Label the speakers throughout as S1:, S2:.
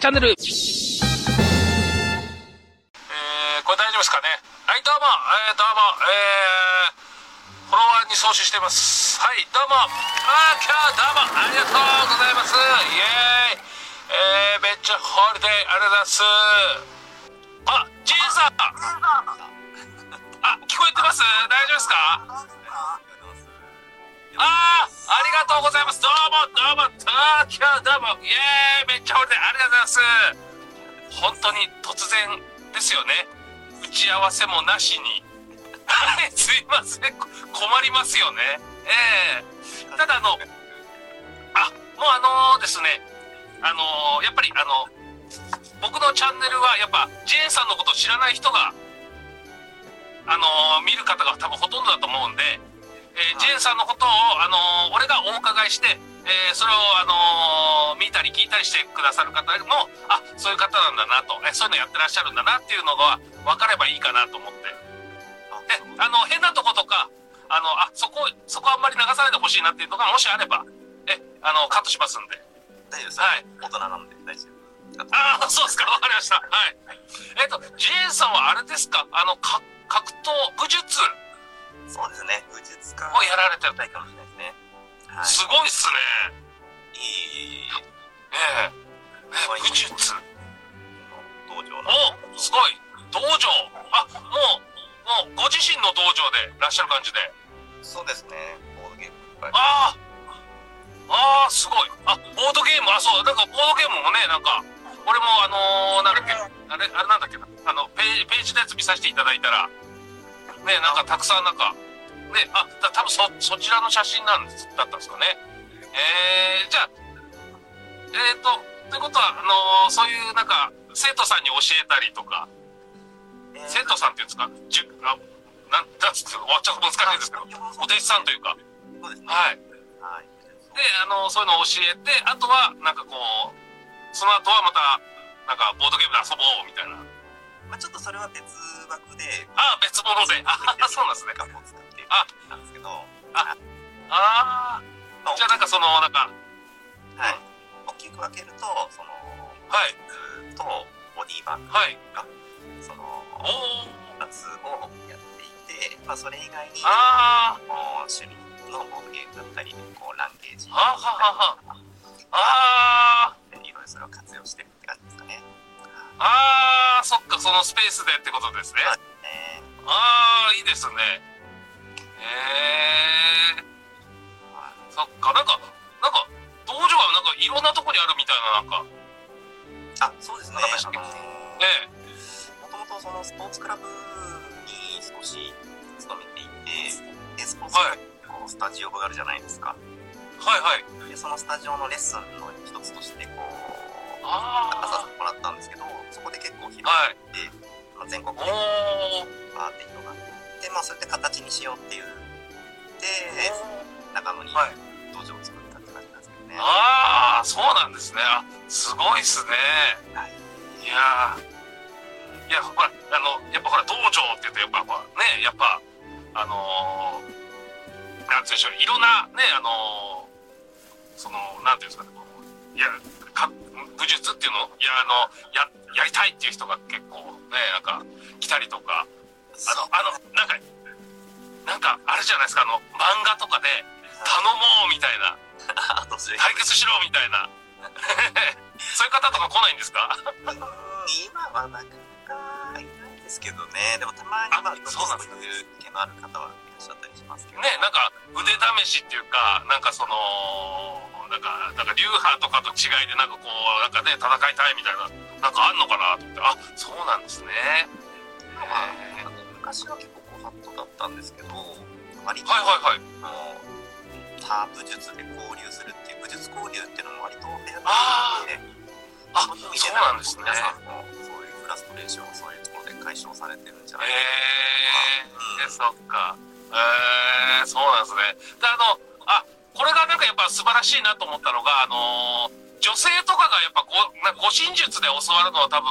S1: チャンネル
S2: えーこれ大丈夫ですかねはいどうもえーどうもえーフォロワーに送信していますはいどうもあー今日どうもありがとうございますイエーイえーめっちゃホリデーありがとうございますあじいさんあ聞こえてます大丈夫ですかあーありがとうございますどうもどうも東京どうもイエーイめっちゃホリデーありがとうございます本当に突然ですよね打ち合わせもなしにはいすいませんこ困りますよねええただあのあもうあのですねあのやっぱりあの僕のチャンネルはやっぱジェーンさんのことを知らない人があの見る方が多分ほとんどだと思うんで、えージェーンさんのことをあの俺がお伺いして、えーそれをあの見たり聞いたりしてくださる方もあそういう方なんだなと、えーそういうのやってらっしゃるんだなっていうのが分かればいいかなと思ってであの変なとことかあのあそこそこあんまり流さないでほしいなっていうのがもしあればえあのカットしますんで
S3: 大丈夫です。
S2: はい
S3: 大人なんで大丈夫。
S2: ああ、そうですか、わかりました。はい。えっ、と、ジェーンさんはあれですか、あの、か格闘、武術
S3: そうですね。武術家。
S2: をやられてる。
S3: たいかもしれないですね。はい。
S2: すごいっすね。
S3: いい
S2: ええええ武術。
S3: 道場の。
S2: おすごい。道場。あ、もう、もう、ご自身の道場でらっしゃる感じで。
S3: そうですね。ボードゲームいっぱい。
S2: ああ。ああ、すごい。あ、ボードゲーム、あ、そう、なんかボードゲームもね、なんか、俺もあのー、なんだっけ、あれ、あれなんだっけな、あの、ページ、ページのやつ見させていただいたら、ね、なんかたくさんなんか、ね、あ、だ多分そ、そちらの写真なんです、だったんですかね。えー、じゃあ、えっ、と、ということは、あのーそういうなんか、生徒さんに教えたりとか、
S3: えー
S2: 生徒さんっていうんですか、じゅあ、なん、だつって、わっちゃ難しいですけど、お弟子さんというか、
S3: そうですね。
S2: はい。
S3: はい。
S2: で、あの、そういうのを教えて、あとは、なんかこう、その後はまた、なんか、ボードゲームで遊ぼう、みたいな。
S3: まあちょっとそれは別枠で。
S2: ああ、別物で。ああ、そうなんですね。
S3: 学校を作って
S2: あ
S3: たんですけど。は
S2: ああ、じゃあなんかその、なんか、
S3: い。大きく分けると、その、
S2: はい、
S3: 武術とボディーバッグ、
S2: はい。
S3: その、
S2: おお
S3: 二つをやっていて、まあそれ以外に、
S2: あ
S3: こう趣味のボードゲームだったり、こうランゲージ。
S2: あ、はははは。ああ、
S3: いろいろそれを活用してるって感じですかね。
S2: ああ、そっか、そのスペースでってことですね。
S3: えー
S2: ああ、いいですね。へえ、
S3: まあ
S2: そっか、なんか、なんか、道場はなんかいろんなとこにあるみたいな、なんか、
S3: あ、そうですね。
S2: なんか知っ
S3: あ
S2: て
S3: の
S2: ますね
S3: ーもともとそのスポーツクラブに少し勤めていて、でスポーツクラブにこうスタジオがあるじゃないですか。
S2: はいはい。
S3: で、そのスタジオのレッスンの一つとして、こう、出
S2: あ
S3: させてもらったんですけど、そこで結構広
S2: あ、はい。
S3: がって、まあ、全国
S2: お
S3: で
S2: お。
S3: バーって広がって、まあそうやって形にしようっていう。で、長野に
S2: はい
S3: 道場を作ったって感じなんですけどね。
S2: ああ、そうなんですね。あ、すごいっすね。
S3: はい
S2: いやー、いや、ほら、あの、やっぱほら、道場って言うと、やっぱ、ほら、ね、やっぱ、あのー、なんて言うんでしょう、いろんな、ね、あのー、その、なんていうんですかね、こういや、か武術っていうの、いや、あの、や、やりたいっていう人が結構、ね、なんか、来たりとか、あの、あの、なんか、なんか、あれじゃないですか、あの、漫画とかで、頼もうみたいな。
S3: あとそれ
S2: 対決しろみたいな そういう方とか来ないんですか
S3: うーん今はなかなかいないですけどねでもたまに
S2: あ
S3: まあ
S2: そうなんです
S3: そういう意見のある方はいらっしゃったりしますけど
S2: ねなんか腕試しっていうかなんかそのなんかなんか流派とかと違いでなんかこうなんかね戦いたいみたいななんかあんのかなと思ってあそうなんですね
S3: まあ昔は結構こうハットだったんですけど割と、
S2: はいはいはい
S3: もうタープ術で交流するっていう武術交流っていうのも割と流行って
S2: あ
S3: いて
S2: あ
S3: そういう意味
S2: そうなんですね
S3: 皆さんもそういうフラストレーションはそういうところで解消されてるんじゃない
S2: え
S3: か
S2: ー、そっかえー、そうなんですねであのあこれがなんかやっぱ素晴らしいなと思ったのがあのー女性とかがやっぱごなんか護身術で教わるのは多分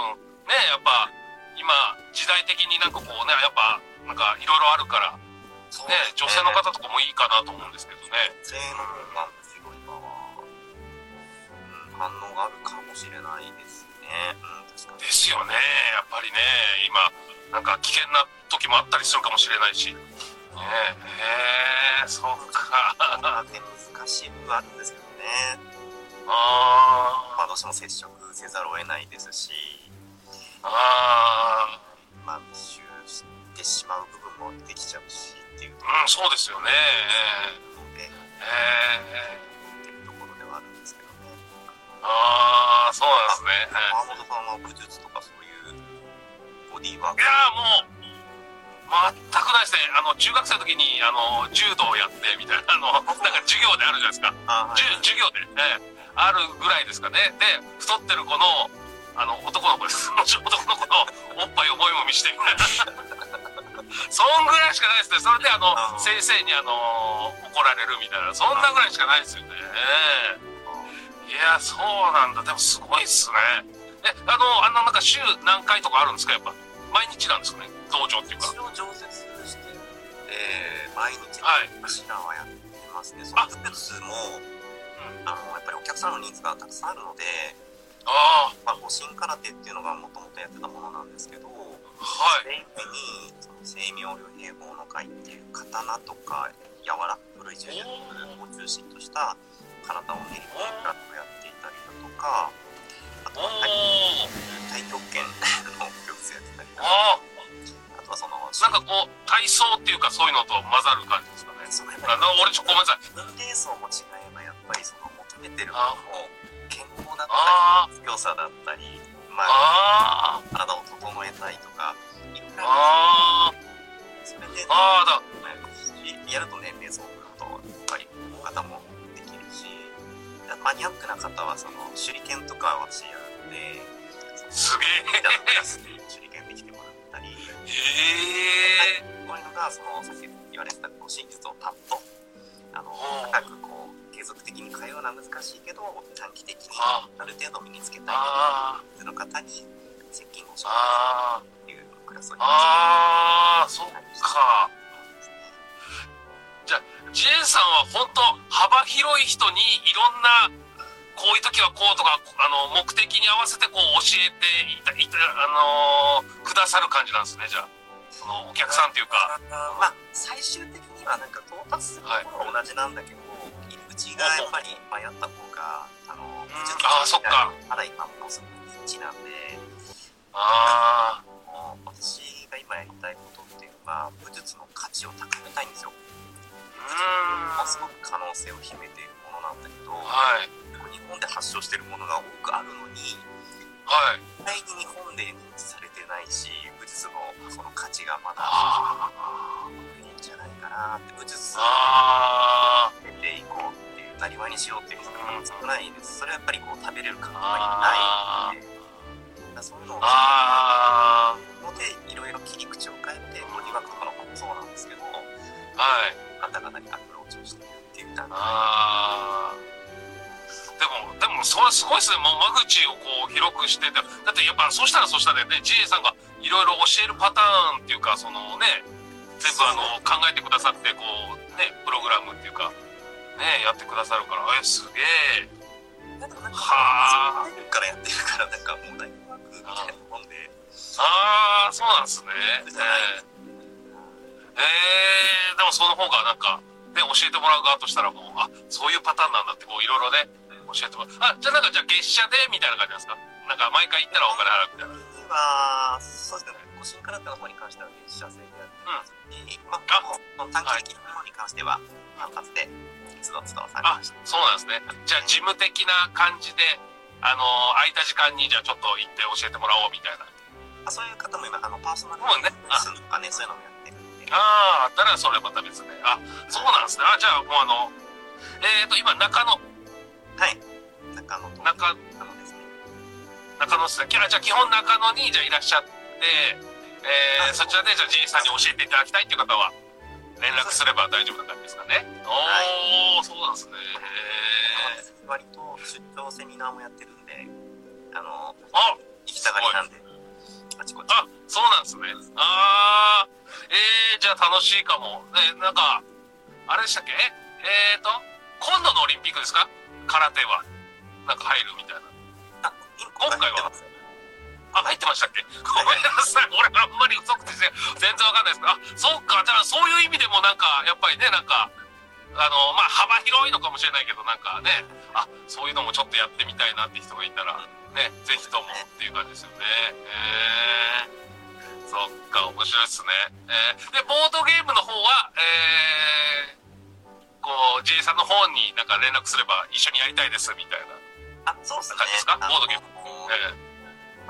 S2: ねやっぱ今時代的になんかこうねやっぱなんかいろいろあるから
S3: そう
S2: ね
S3: です
S2: 女性の方とかもいいかなと思うんですけどね
S3: せーのなんですよ今は、うん、反応があるかもしれないですねね。うん、確か
S2: で
S3: に。
S2: すよねやっぱりね今なんか危険な時もあったりするかもしれないしねえへえそうか
S3: 難しい部分はあるんですけどね。ま
S2: あ
S3: あ、どうしても接触せざるを得ないですし、
S2: ーあ
S3: まあ、密集してしまう部分もできちゃうしっていうとこ
S2: ーうんそうですよね
S3: ろで、
S2: え
S3: っていうところではあるんですけどね。
S2: ああそうなんですね
S3: 川本さんは武術とかそういうボディー
S2: い
S3: ワーク
S2: やーもう全くないですねあの中学生の時にあの柔道をやってみたいなあのなんか授業であるじゃないですか
S3: あ
S2: じゅ授業で、ええあるぐらいですかねで太ってる子のあの男の子です 男の子のおっぱいをもみもみしてみたいな そんぐらいしかないですねそれであの
S3: あー
S2: 先生にあの怒られるみたいなそんなぐらいしかないですよねいやそうなんだでもすごいっすねえあのあのなんか週何回とかあるんですかやっぱ毎日なんですかね道場っていうか
S3: 一応常設してるんで毎日
S2: はい
S3: 柱はやってますね、
S2: あ
S3: その武術も、あのやっぱりお客さんのニーズがたくさんあるので、
S2: ああ
S3: まあ、護身空手っていうのがもともとやってたものなんですけど、
S2: はい
S3: それ以外にその西明陵併合の会っていう刀とか柔らか古い柔術を中心とした体を練り込んだをやっていたりだとかあと
S2: お
S3: は
S2: お、
S3: 太太極拳の教室やってたりだとか
S2: ああ
S3: あとはその
S2: なんかこう体操っていうかそういうのと混ざる感じですかね
S3: そのやっ
S2: あ
S3: ぱ
S2: の俺ちょっとごめんなさい
S3: り年齢層も違えばやっぱりその求めてるも
S2: あ
S3: の健康だった
S2: あ
S3: り強さだったり、ま
S2: ああ
S3: あ、体を整えたいとかいろいろあ
S2: ああ
S3: るんですよねそれで
S2: あだ
S3: やると年齢層とやっぱり大方もできるしマニアックな方はその手裏剣とか私やるんでそ
S2: す
S3: の
S2: げえ
S3: リーダーのクラスで手裏剣できてもらったり
S2: ええ
S3: こういうのがそのさっき言われてたこう真実をパッとあの
S2: うん
S3: 長くこう継続的に通うのは難しいけど短期的に
S2: あ
S3: ある程度身につけたい
S2: あ
S3: 普通の方に接近をし
S2: あ
S3: よ
S2: あ
S3: うっていうクラスを
S2: ああそっ
S3: やりました
S2: かジェンさんは本当幅広い人にいろんなこういう時はこうとかあの目的に合わせてこう教えていたいたあのーくださる感じなんですねじゃあそのお客さんというか
S3: まあ最終的にはなんか到達するところは同じなんだけど、入り口がやっぱり迷った方があ
S2: んあ
S3: の
S2: ーそっか
S3: まだ今もうすぐニッチなんで
S2: あ
S3: もう私が今やりたいことっていうのは武術の価値を高めたいんですよ、まあ、す
S2: あ
S3: ごく可能性を秘めているものなんだけど、
S2: うーんはい
S3: 日本で発症しているものが多くあるのに
S2: はい
S3: 意外に日本で認知されてないし武術のその価値がまだ
S2: あ
S3: いいんじゃないかなって武術
S2: ーあ
S3: 出ていこうっていうなりわにしようっていう人が少ないですそれはやっぱりこう食べれる感
S2: ー
S3: が
S2: あ
S3: ないのでだからそういうのを
S2: ーあ
S3: のでいろいろ切り口を変えて森学とかの方もそうなんですけ
S2: ー
S3: ど
S2: はい
S3: 方々にアプローチをしていくっていう段階
S2: あーでもでもそれすごいですねもう間口をこう広くしててだってやっぱそうしたらそうしたらね GA さんがいろいろ教えるパターンっていうかそのね全部あの考えてくださってこうねプログラムっていうかねやってくださるからえすげえ
S3: だからなんか
S2: はあ
S3: そういうからやってるからなんかもう大学みたいなもんで
S2: ああそうなんですね
S3: じゃない
S2: えーえーでもその方がなんかね教えてもらう側としたらもうあそういうパターンなんだってこういろいろね教えてもらうあじゃあなんかじゃあ月謝でみたいな感じなんですかなんか毎回行ったらお金払うみたいな
S3: にはそうですね個人からっての方に関しては月謝制でやってますし、まあ
S2: あ
S3: この短期的なものに関しては反発で一度伝わされ
S2: あ
S3: ました
S2: そうなんですねじゃあ事務的な感じであのー空いた時間にじゃあちょっと行って教えてもらおうみたいな
S3: あそういう方も今あのパーソナル
S2: もうねあ
S3: レッスンとかねそういうのもやってるんで
S2: ああだからそれまた別であそうなんですねあじゃあもうあのえっ、と今中野
S3: はい中野と
S2: 中
S3: 中野ですね
S2: 中野ですねきあじゃあ基本中野にじゃあいらっしゃって、えー
S3: あ
S2: そちらでじゃあ G さんに教えていただきたいっていう方は連絡すれば大丈夫な感じですかねおお、そうなんですねへー
S3: 割と出張セミナーもやってるんであ
S2: あ
S3: の行きたがりなんであちこち
S2: あそうなんですねああえー、じゃあ楽しいかもねなんかあれでしたっけえーと今度のオリンピックですか空手はなんか入るみたいな
S3: あ
S2: 今回は
S3: 今
S2: あ、入ってましたっけごめんなさい。俺あんまり遅くて全然わかんないですけど、あ、そっか。じゃあそういう意味でもなんか、やっぱりね、なんか、あの、まあ幅広いのかもしれないけど、なんかね、あ、そういうのもちょっとやってみたいなって人がいたら、ね、ぜひともっていう感じですよね。へえそっか、面白いですね。えーで、ボードゲームの方は、えー、こう、J さんの方になんか連絡すれば一緒にやりたいですみたいな
S3: あ、そうですね
S2: 感じですか、。
S3: あの
S2: ボードゲーム。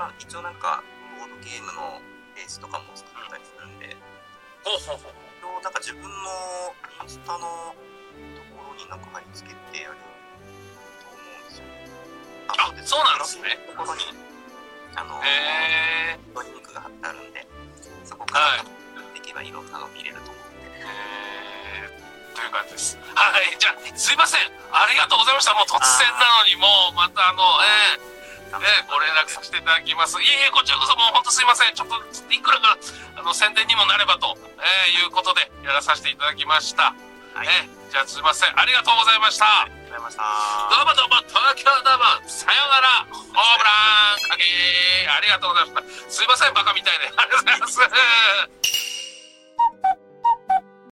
S2: え
S3: まあ、一応なんか、ボードゲームのページとかも作ったりするんで、
S2: ー、ほうほうほう。
S3: 一応なんか自分のインスタのところになんか貼り付けてやると思うんですよね。
S2: あそうなんですね
S3: ところに、あの、
S2: えー、
S3: ドリンクが貼ってあるんで、そこからできればいろんなの見れると思うんで。
S2: えー、という感じです。はい、じゃあ、すいません。ありがとうございました。もう突然なのに、もう、またあの、えー、ね、ご連絡させていただきます。いえいえ、こちらこそもう本当すいません。ちょっと、いくらか、あの、宣伝にもなればと、えーいうことで、やらさせていただきました。
S3: はい、あり
S2: えーじゃあすいません。ありがとうございました。
S3: がとうございまし
S2: ど
S3: た。
S2: うもどうも、東京ドーム、さようなら、ホームラン、かけありがとうございました。すいません、バカみたいで。ありがとうございます。